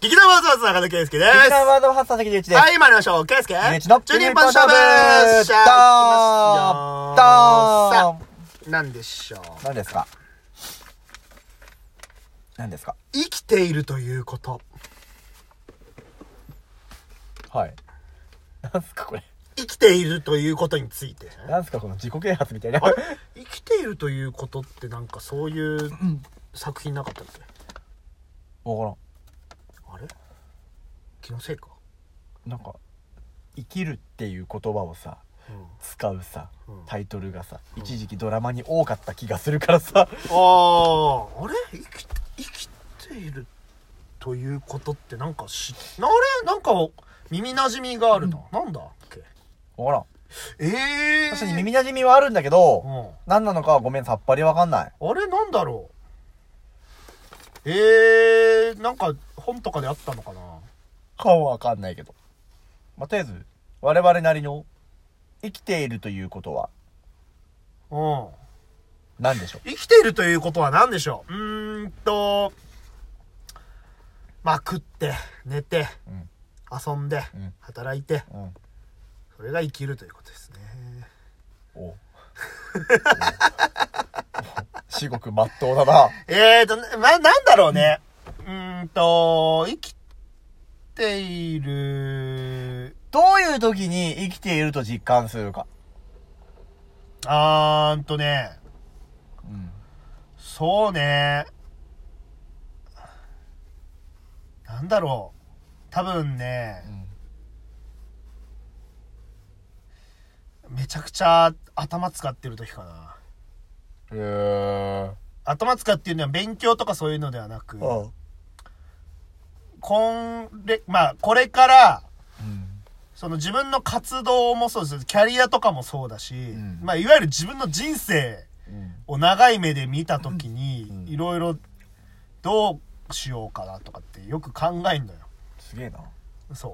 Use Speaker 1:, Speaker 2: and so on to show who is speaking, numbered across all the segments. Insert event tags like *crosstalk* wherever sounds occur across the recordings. Speaker 1: 劇団ワーズワーズ中田圭介です。
Speaker 2: 劇団ワードファッサー関隆一です。
Speaker 1: はい、参りましょう。圭介。
Speaker 2: ゆういちの
Speaker 1: 12分勝負
Speaker 2: 12
Speaker 1: しゃあ
Speaker 2: ドーン
Speaker 1: 行きますよさあなんでしょう。
Speaker 2: 何ですか何ですか
Speaker 1: 生きているということ。
Speaker 2: はい。何すかこれ。
Speaker 1: 生きているということについて。
Speaker 2: 何すかこの自己啓発みたいな。
Speaker 1: あれ生きているということってなんかそういう作品なかったっけ
Speaker 2: わからん。
Speaker 1: あれ気のせいか。
Speaker 2: なんか、生きるっていう言葉をさ、
Speaker 1: うん
Speaker 2: 使うさ
Speaker 1: うん、
Speaker 2: タイトルがさ、一時期ドラマに多かった気がするから
Speaker 1: あ
Speaker 2: さ。
Speaker 1: ああれ生き生きているということってなんかしあれなんか耳なじみがあるな、なんだっけ
Speaker 2: わからん。
Speaker 1: ええー、
Speaker 2: 確かに耳馴染みはあるんだけど、
Speaker 1: うん
Speaker 2: 何なのかはごめん、さっぱりわかんない。
Speaker 1: あれなんだろうえー、なんか本とかであったのかな
Speaker 2: 顔はわかんないけど。まあ、とりあえず、我々なりの、生きているということは、
Speaker 1: うん
Speaker 2: 何でしょう
Speaker 1: 生きているということは何でしょううーんとまあ食って寝て、
Speaker 2: うん
Speaker 1: 遊んで、
Speaker 2: うん
Speaker 1: 働いて
Speaker 2: うん。
Speaker 1: それが生きるということですね
Speaker 2: お至極まっとうだな。
Speaker 1: えーと、な、なんだろうね。うーんと、生きている、
Speaker 2: どういう時に生きていると実感するか。
Speaker 1: あーんとね、
Speaker 2: うん。
Speaker 1: そうね。なんだろう。多分ね、めちゃくちゃ頭使ってる時かな。
Speaker 2: へえ。
Speaker 1: 頭使っていうのは勉強とかそういうのではなく、
Speaker 2: うん。
Speaker 1: こんれ、まあ、これから、その自分の活動もそうですキャリアとかもそうだし、
Speaker 2: ん
Speaker 1: まあ、いわゆる自分の人生
Speaker 2: うん。
Speaker 1: を長い目で見た時に、
Speaker 2: うん
Speaker 1: いろいろどうしようかなとかってよく考えんのよ。
Speaker 2: すげえな。
Speaker 1: そう。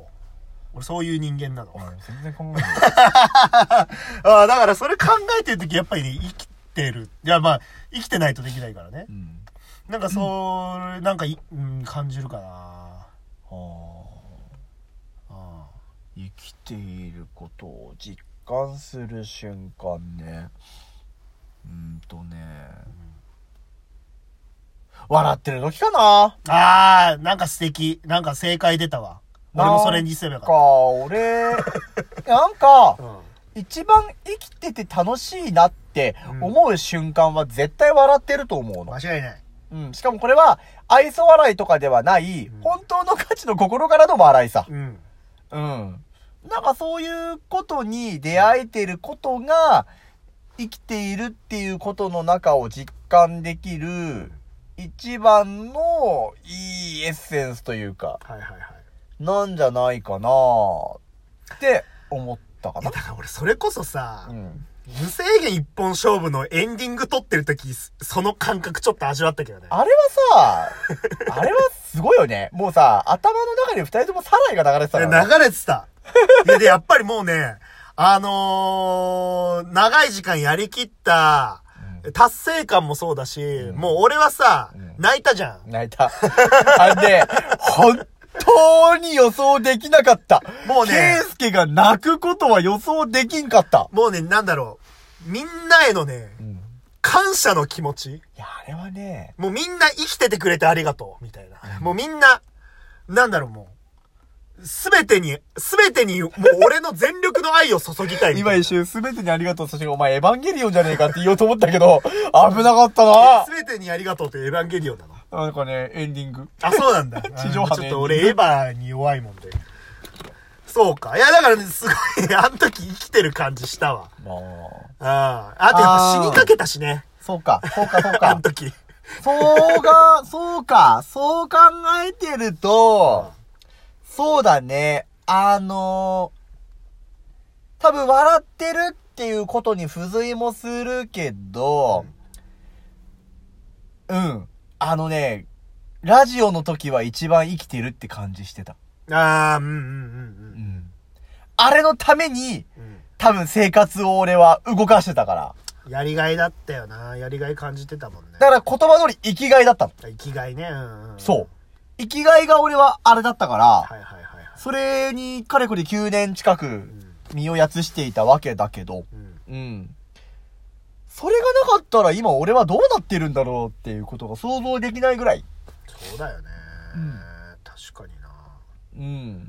Speaker 1: 俺そういう人間なの。
Speaker 2: うん全然考えない。
Speaker 1: ああ、だからそれ考えてる時やっぱりね、生きてる。いや、まあ、生きてないとできないからね
Speaker 2: う。ん。
Speaker 1: なんかそう、なんかい、うん、感じるかな。
Speaker 2: は
Speaker 1: ああ
Speaker 2: あ。生きていることを実感する瞬間ね。うーんとね。笑ってる時かな
Speaker 1: あー、なんか素敵。なんか正解出たわ。俺もそれにすればよ
Speaker 2: なん
Speaker 1: かっ
Speaker 2: か、
Speaker 1: *laughs*
Speaker 2: 俺、なんか
Speaker 1: た。、うん
Speaker 2: 一番生きてて楽しいなって思う瞬間は絶対笑ってると思うの。
Speaker 1: 間違いない。
Speaker 2: うん。しかもこれは愛想笑いとかではない、
Speaker 1: ん
Speaker 2: 本当の価値の心からの笑いさ。
Speaker 1: うん。
Speaker 2: うん。なんかそういうことに出会えてることが、生きているっていうことの中を実感できる、一番のいいエッセンスというか、
Speaker 1: はいはいはい。
Speaker 2: なんじゃないかなって思ったか
Speaker 1: いや、
Speaker 2: な。
Speaker 1: だから俺それこそさ、
Speaker 2: うん。
Speaker 1: 無制限一本勝負のエンディング撮ってる時、その感覚ちょっと味わったけどね。
Speaker 2: あれはさ、あれはすごいよね。もうさ、頭の中に二人ともサライが流れてた
Speaker 1: い
Speaker 2: か
Speaker 1: や
Speaker 2: らね。
Speaker 1: 流れてた。で、でやっぱりもうね、あのー、長い時間やりきった、達成感もそうだし、
Speaker 2: ん
Speaker 1: もう俺はさ、
Speaker 2: うん
Speaker 1: 泣いたじゃん。
Speaker 2: 泣いた。あれね、本当に予想できなかった。
Speaker 1: もうね
Speaker 2: ケイスケが泣くことは予想できんかった。
Speaker 1: もうね、なんだろう。みんなへのね、
Speaker 2: うん。い
Speaker 1: 感謝の気持ち。
Speaker 2: や、あれはね、
Speaker 1: もうみんな生きててくれてありがとう、みたいな。もうみんな、なんだろう、もう。すべてに、すべてに、もう俺の全力の愛を注ぎたいみた
Speaker 2: 今
Speaker 1: いな。
Speaker 2: 一瞬全てにありがとう。そしてお前エヴァンゲリオンじゃねえかって言おうと思ったけ *laughs* ど、危なかったな
Speaker 1: す。べてにありがとうというエヴァンゲリオンなの。
Speaker 2: なんかね、エンディング。
Speaker 1: あ、そうなんだ。
Speaker 2: *laughs* 地上波
Speaker 1: ちょ
Speaker 2: のエンディング
Speaker 1: っと俺エヴァに弱いもんで。そうか。いや、だからね、すごい、あ *laughs* の時生きてる感じしたわ。
Speaker 2: まあ、
Speaker 1: ああ。あとやっぱ死にかけたしね。
Speaker 2: そうか、そうか、 *laughs* そう
Speaker 1: あ
Speaker 2: か
Speaker 1: の。時。
Speaker 2: そうが、そうか、そう考えてると、そうだね、あのー、多分笑ってるっていうことに付随もするけど、うん、あのね、ラジオの時は一番生きてるって感じしてた。
Speaker 1: ああ、うんうん
Speaker 2: う
Speaker 1: うん
Speaker 2: ん。あれのために、
Speaker 1: うん
Speaker 2: 多分生活を俺は動かしてたから。
Speaker 1: うん。やりがいだったよな。やりがい感じてたもんね。
Speaker 2: だから言葉通り生きがいだったの。
Speaker 1: 生きがいね。うんうん、
Speaker 2: そう。生きがいが俺はあれだったから、
Speaker 1: はいはいはいはい。
Speaker 2: それに、かれこれ9年近く
Speaker 1: うん、
Speaker 2: 身をやつしていたわけだけど、
Speaker 1: うん。
Speaker 2: うん。それがなかったら今俺はどうなってるんだろうっていうことが想像できないぐらい。
Speaker 1: そうだよね、
Speaker 2: うん
Speaker 1: 確かにな。
Speaker 2: うん。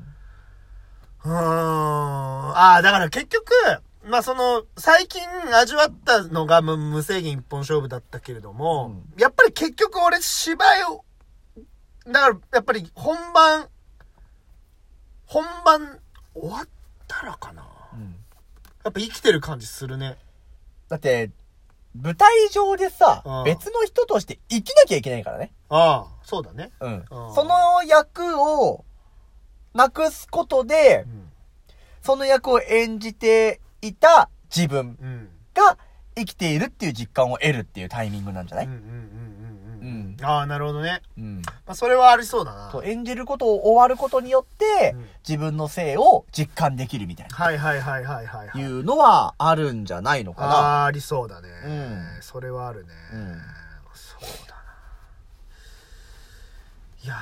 Speaker 1: うーん。ああ、だから結局、まあその、最近味わったのがむ無制限一本勝負だったけれども、やっぱり結局俺芝居を、だからやっぱり本番、本番終わったらかな。
Speaker 2: うん、
Speaker 1: やっぱ生きてる感じするね。
Speaker 2: だって、舞台上でさ、
Speaker 1: うん
Speaker 2: 別の人として生きなきゃいけないからね。
Speaker 1: ああ、そうだね。
Speaker 2: うん。
Speaker 1: うん
Speaker 2: その役をなくすことで
Speaker 1: う、ん。
Speaker 2: その役を演じていた自分
Speaker 1: うん。
Speaker 2: が生きているっていう実感を得るっていうタイミングなんじゃな
Speaker 1: う
Speaker 2: い
Speaker 1: んうんうんうんうん
Speaker 2: う。ん
Speaker 1: ああ、なるほどね。
Speaker 2: うん。
Speaker 1: まあそれはありそうだな。
Speaker 2: そう、演じることを終わることによって、
Speaker 1: うん
Speaker 2: 自分の性を実感できるみたいな。
Speaker 1: はいはいはいはいはい、はい
Speaker 2: い。うのはあるんじゃないの
Speaker 1: あ
Speaker 2: か
Speaker 1: ーありそうだね、
Speaker 2: うん
Speaker 1: それはあるね、
Speaker 2: うん
Speaker 1: そうだないや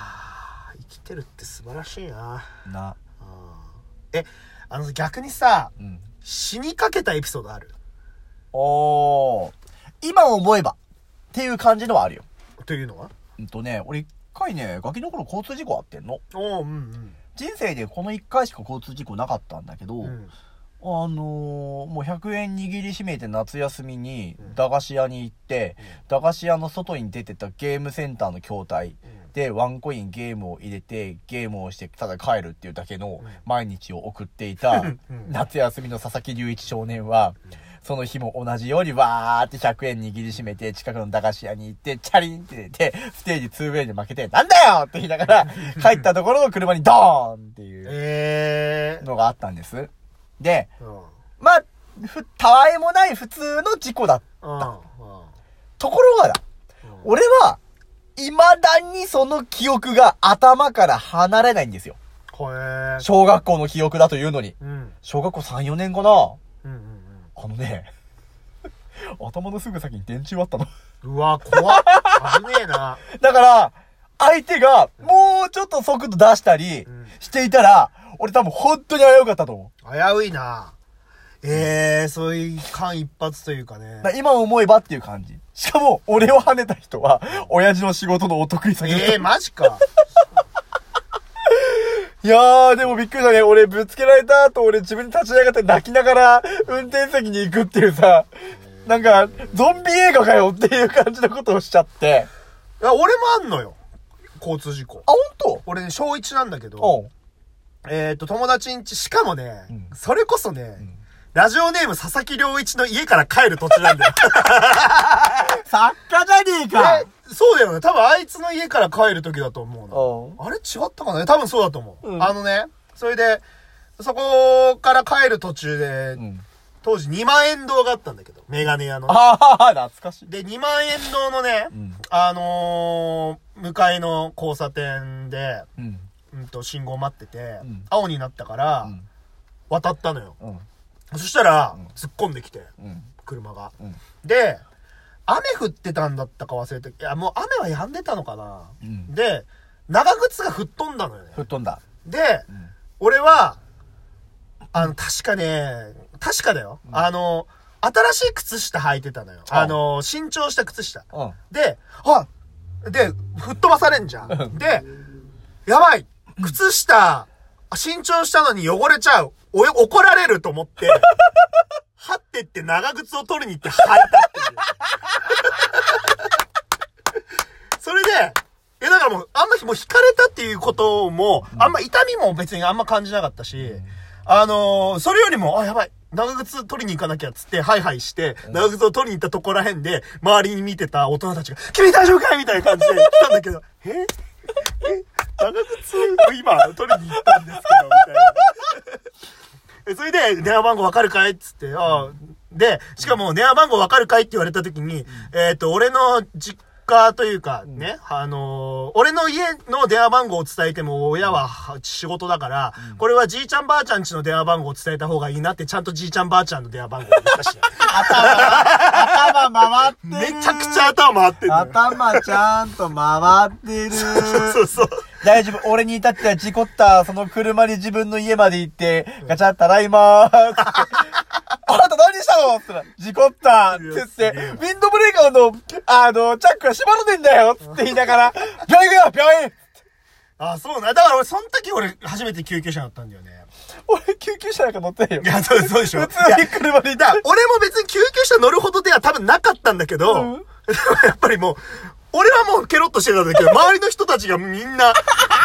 Speaker 1: ー生きてるって素晴らしいな
Speaker 2: な。な。
Speaker 1: うんえあの逆にさ
Speaker 2: うん。
Speaker 1: 死にかけたエピソードある
Speaker 2: おー。今思えば。っていう感じのはあるよ。
Speaker 1: というのは
Speaker 2: うんとね、俺一回ね、ガキの頃交通事故あってんの。
Speaker 1: おおうん
Speaker 2: 人生でこの一回しか交通事故なかったんだけど、
Speaker 1: うんう
Speaker 2: あ
Speaker 1: ん
Speaker 2: のー、もう100円握りしめて夏休みに
Speaker 1: うん
Speaker 2: 駄菓子屋に行って、駄菓子屋の外に出てたゲームセンターの筐体でワンコインゲームを入れてゲームをしてただ帰るっていうだけの
Speaker 1: うん
Speaker 2: 毎日を送っていた
Speaker 1: うん
Speaker 2: 夏休みの佐々木隆一少年はその日も同じようにわーって100円握りしめて近くの駄菓子屋に行ってチャリンって出てステージ 2way で負けてなんだよって言いながら帰ったところの車にドーンっていう
Speaker 1: ええ
Speaker 2: のがあったんです。で、
Speaker 1: ー、うんうん
Speaker 2: まあ、ふ、たわいもない普通の事故だ。
Speaker 1: う
Speaker 2: ところがだ、
Speaker 1: んうん
Speaker 2: 俺は、未だにその記憶が頭から離れないんですよ。
Speaker 1: ほえー
Speaker 2: 小学校の記憶だというのに。
Speaker 1: うんうん
Speaker 2: 小学校3、4年かな
Speaker 1: うん
Speaker 2: あのね、 *laughs* 頭のすぐ先に電柱あったの。
Speaker 1: うんうわ怖っ危ねえな、
Speaker 2: だから、相手がもうちょっと速度出したり
Speaker 1: うん
Speaker 2: していたら、俺多分本当に危うかったと思
Speaker 1: 危ういなええー、そういう間一髪というかね
Speaker 2: う。だから今思えばっていう感じ。しかも、俺を跳ねた人は、親父の仕事のお得意先だった
Speaker 1: ええー、マジか
Speaker 2: いやー、でもびっくりだね。俺、ぶつけられた後、俺自分に立ち上がって泣きながら、運転席に行くっていうさ、なんか、ゾンビ映画かよっていう感じのことをしちゃって。
Speaker 1: いや俺もあんのよ交通事故
Speaker 2: あ、ほん
Speaker 1: 俺ね小1なんだけ
Speaker 2: と
Speaker 1: ど
Speaker 2: うん。
Speaker 1: えっ、と友達んちしかもね、
Speaker 2: ん
Speaker 1: それこそね、ラジオネーム佐々木良一の家から帰る途中なんだよ
Speaker 2: 作家じゃ *laughs* ねえ
Speaker 1: え *laughs* そうだよね多分あいつの家から帰る時だと思うなあれ違ったかな多分そうだと思う、
Speaker 2: うん
Speaker 1: あのねそれでそこから帰る途中で、
Speaker 2: うん。
Speaker 1: 当時2万円堂があったんだけどメガネ屋のね
Speaker 2: あー、懐かしい。
Speaker 1: で、2万円堂のね、
Speaker 2: ん
Speaker 1: あのー向かいの交差点で、
Speaker 2: うん。
Speaker 1: うんと、信号待ってて、
Speaker 2: うん
Speaker 1: 青になったから、
Speaker 2: ん
Speaker 1: 渡ったのよ。
Speaker 2: うん。
Speaker 1: そしたら、突っ込んできて、
Speaker 2: うん。
Speaker 1: 車が。
Speaker 2: うん
Speaker 1: で、雨降ってたんだったか忘れて、いや、もう雨は止んでたのかな。
Speaker 2: うん
Speaker 1: で、長靴が吹っ飛んだのよね。
Speaker 2: 吹っ飛んだ。
Speaker 1: で、俺は、あの、確かね、確かだよ。あの、新しい靴下履いてたのよ。
Speaker 2: あ
Speaker 1: あの、新調した靴下。
Speaker 2: うん。
Speaker 1: で、あで、吹っ飛ばされんじゃん。で、やばい靴下、新調したのに汚れちゃう。およ怒られると思って、はってって長靴を取りに行って履いたっていう。それで、いやだからもう、あんまりもう惹かれたっていうことも、あんま痛みも別にあんま感じなかったし、あのーそれよりも、あ、やばい。長靴取りに行かなきゃっつって、ハイハイして、長靴を取りに行ったとこらへんで、周りに見てた大人たちが、君大丈夫かいみたいな感じで来たんだけど、ええ長靴を今取りに行ったんですけど、みたいな。えそれで、電話番号わかるかいっつって、ああで、しかも、電話番号わかるかいって言われた時に、えっ、と、俺の実家というか、ね、あのー俺の家の電話番号を伝えても、親はは仕事だから、これはじいちゃんばあちゃんちの電話番号を伝えた方がいいなって、ちゃんとじいちゃんばあちゃんの電話番号を言った *laughs* し、
Speaker 2: 頭回って
Speaker 1: めちゃくちゃ頭回ってんのよ。
Speaker 2: 頭ちゃんと回ってる。
Speaker 1: そうそう。
Speaker 2: 大丈夫。俺に至っては事故った、その車に自分の家まで行って、ガチャ、ただいま
Speaker 1: *laughs*
Speaker 2: ーすって。あなた何したのって言ったら、事故ったって言っ
Speaker 1: い
Speaker 2: て
Speaker 1: やすげえ、
Speaker 2: ウィンドブレーカーの、あの、チャックが閉まってんだよつって言いながら、病院行くよ病院
Speaker 1: あ、そうな。だから俺、その時俺、初めて救急車乗ったんだよね。
Speaker 2: 俺救急車なんか乗ってないよ
Speaker 1: い。や、そうそうでしょ。
Speaker 2: 普
Speaker 1: いや
Speaker 2: 通に車でい
Speaker 1: だ
Speaker 2: た
Speaker 1: から。俺も別に救急車乗るほどでは多分なかったんだけど、
Speaker 2: うん
Speaker 1: *laughs* やっぱりもう、俺はもうケロッとしてたんだけど、周りの人たちがみんな、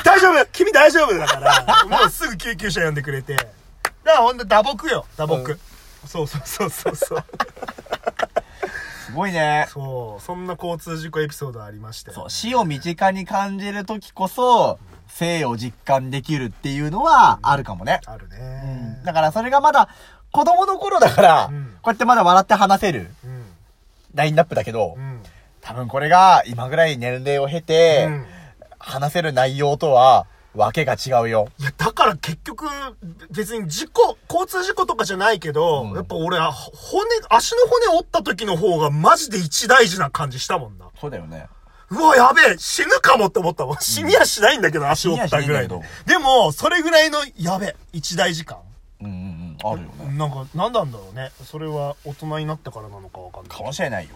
Speaker 1: 大丈夫君大丈夫だから、もうすぐ救急車呼んでくれて。だからほんと打撲よ、打撲。
Speaker 2: うん
Speaker 1: そうそうそうそう
Speaker 2: *laughs*
Speaker 1: そう。
Speaker 2: すごいね。
Speaker 1: そう、そんな交通事故エピソードありまして。
Speaker 2: そう、死を身近に感じるときこそ、生を実感できるっていうのはあるかもね。
Speaker 1: ある
Speaker 2: う
Speaker 1: ね
Speaker 2: ん。だからそれがまだ、子供の頃だから、
Speaker 1: うん
Speaker 2: こうやってまだ笑って話せる
Speaker 1: うん。
Speaker 2: ラインナップだけど、
Speaker 1: うん。
Speaker 2: 多分これが今ぐらい年齢を経て、
Speaker 1: うん
Speaker 2: 話せる内容とは、わけが違うよ。
Speaker 1: いや、だから結局、別に事故、交通事故とかじゃないけど、
Speaker 2: うん
Speaker 1: やっぱ俺は骨、足の骨折った時の方がマジで一大事な感じしたもんな。
Speaker 2: そうだよね。
Speaker 1: うわ、やべえ、死ぬかもって思ったもん。死にはしないんだけど、足折ったぐらい
Speaker 2: 死に
Speaker 1: の
Speaker 2: はし。
Speaker 1: でも、それぐらいの、やべえ、一大事感。
Speaker 2: うんうんうん。あるよね。
Speaker 1: なんか、なんなんだろうね。それは大人になってからなのかわかんない
Speaker 2: か。もしれないよ。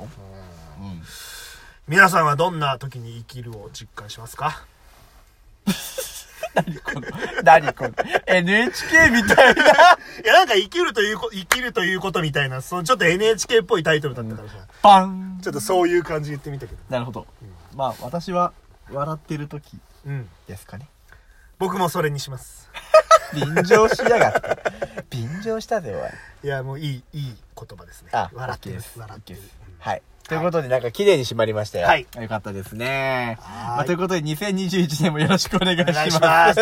Speaker 2: うん。
Speaker 1: 皆さんはどんな時に生きるを実感します
Speaker 2: *laughs*
Speaker 1: か
Speaker 2: 何この、 *laughs* 何この、NHK みたいな。
Speaker 1: いや、なんか生きるというこ、生きるということみたいな、そのちょっと NHK っぽいタイトルだったからさ、
Speaker 2: パン
Speaker 1: ちょっとそういう感じで言ってみたけど。
Speaker 2: なるほど。まあ、私は、笑ってる時
Speaker 1: うん。
Speaker 2: で
Speaker 1: *laughs*
Speaker 2: すかね。
Speaker 1: 僕もそれにします。
Speaker 2: 便乗しや
Speaker 1: *laughs*
Speaker 2: がって。便乗したぜ、お
Speaker 1: い
Speaker 2: い。
Speaker 1: や、もういい、いい言葉ですね。
Speaker 2: あ、
Speaker 1: 笑ってる
Speaker 2: オッケーで。す
Speaker 1: 笑ってる
Speaker 2: オッケーですはい。ということで、なんか綺麗に締まりましたよ。
Speaker 1: はい
Speaker 2: よかったですね。
Speaker 1: はーい
Speaker 2: まあということで、2021年もよろしくお願いし
Speaker 1: お願い
Speaker 2: ま
Speaker 1: し
Speaker 2: す。
Speaker 1: ます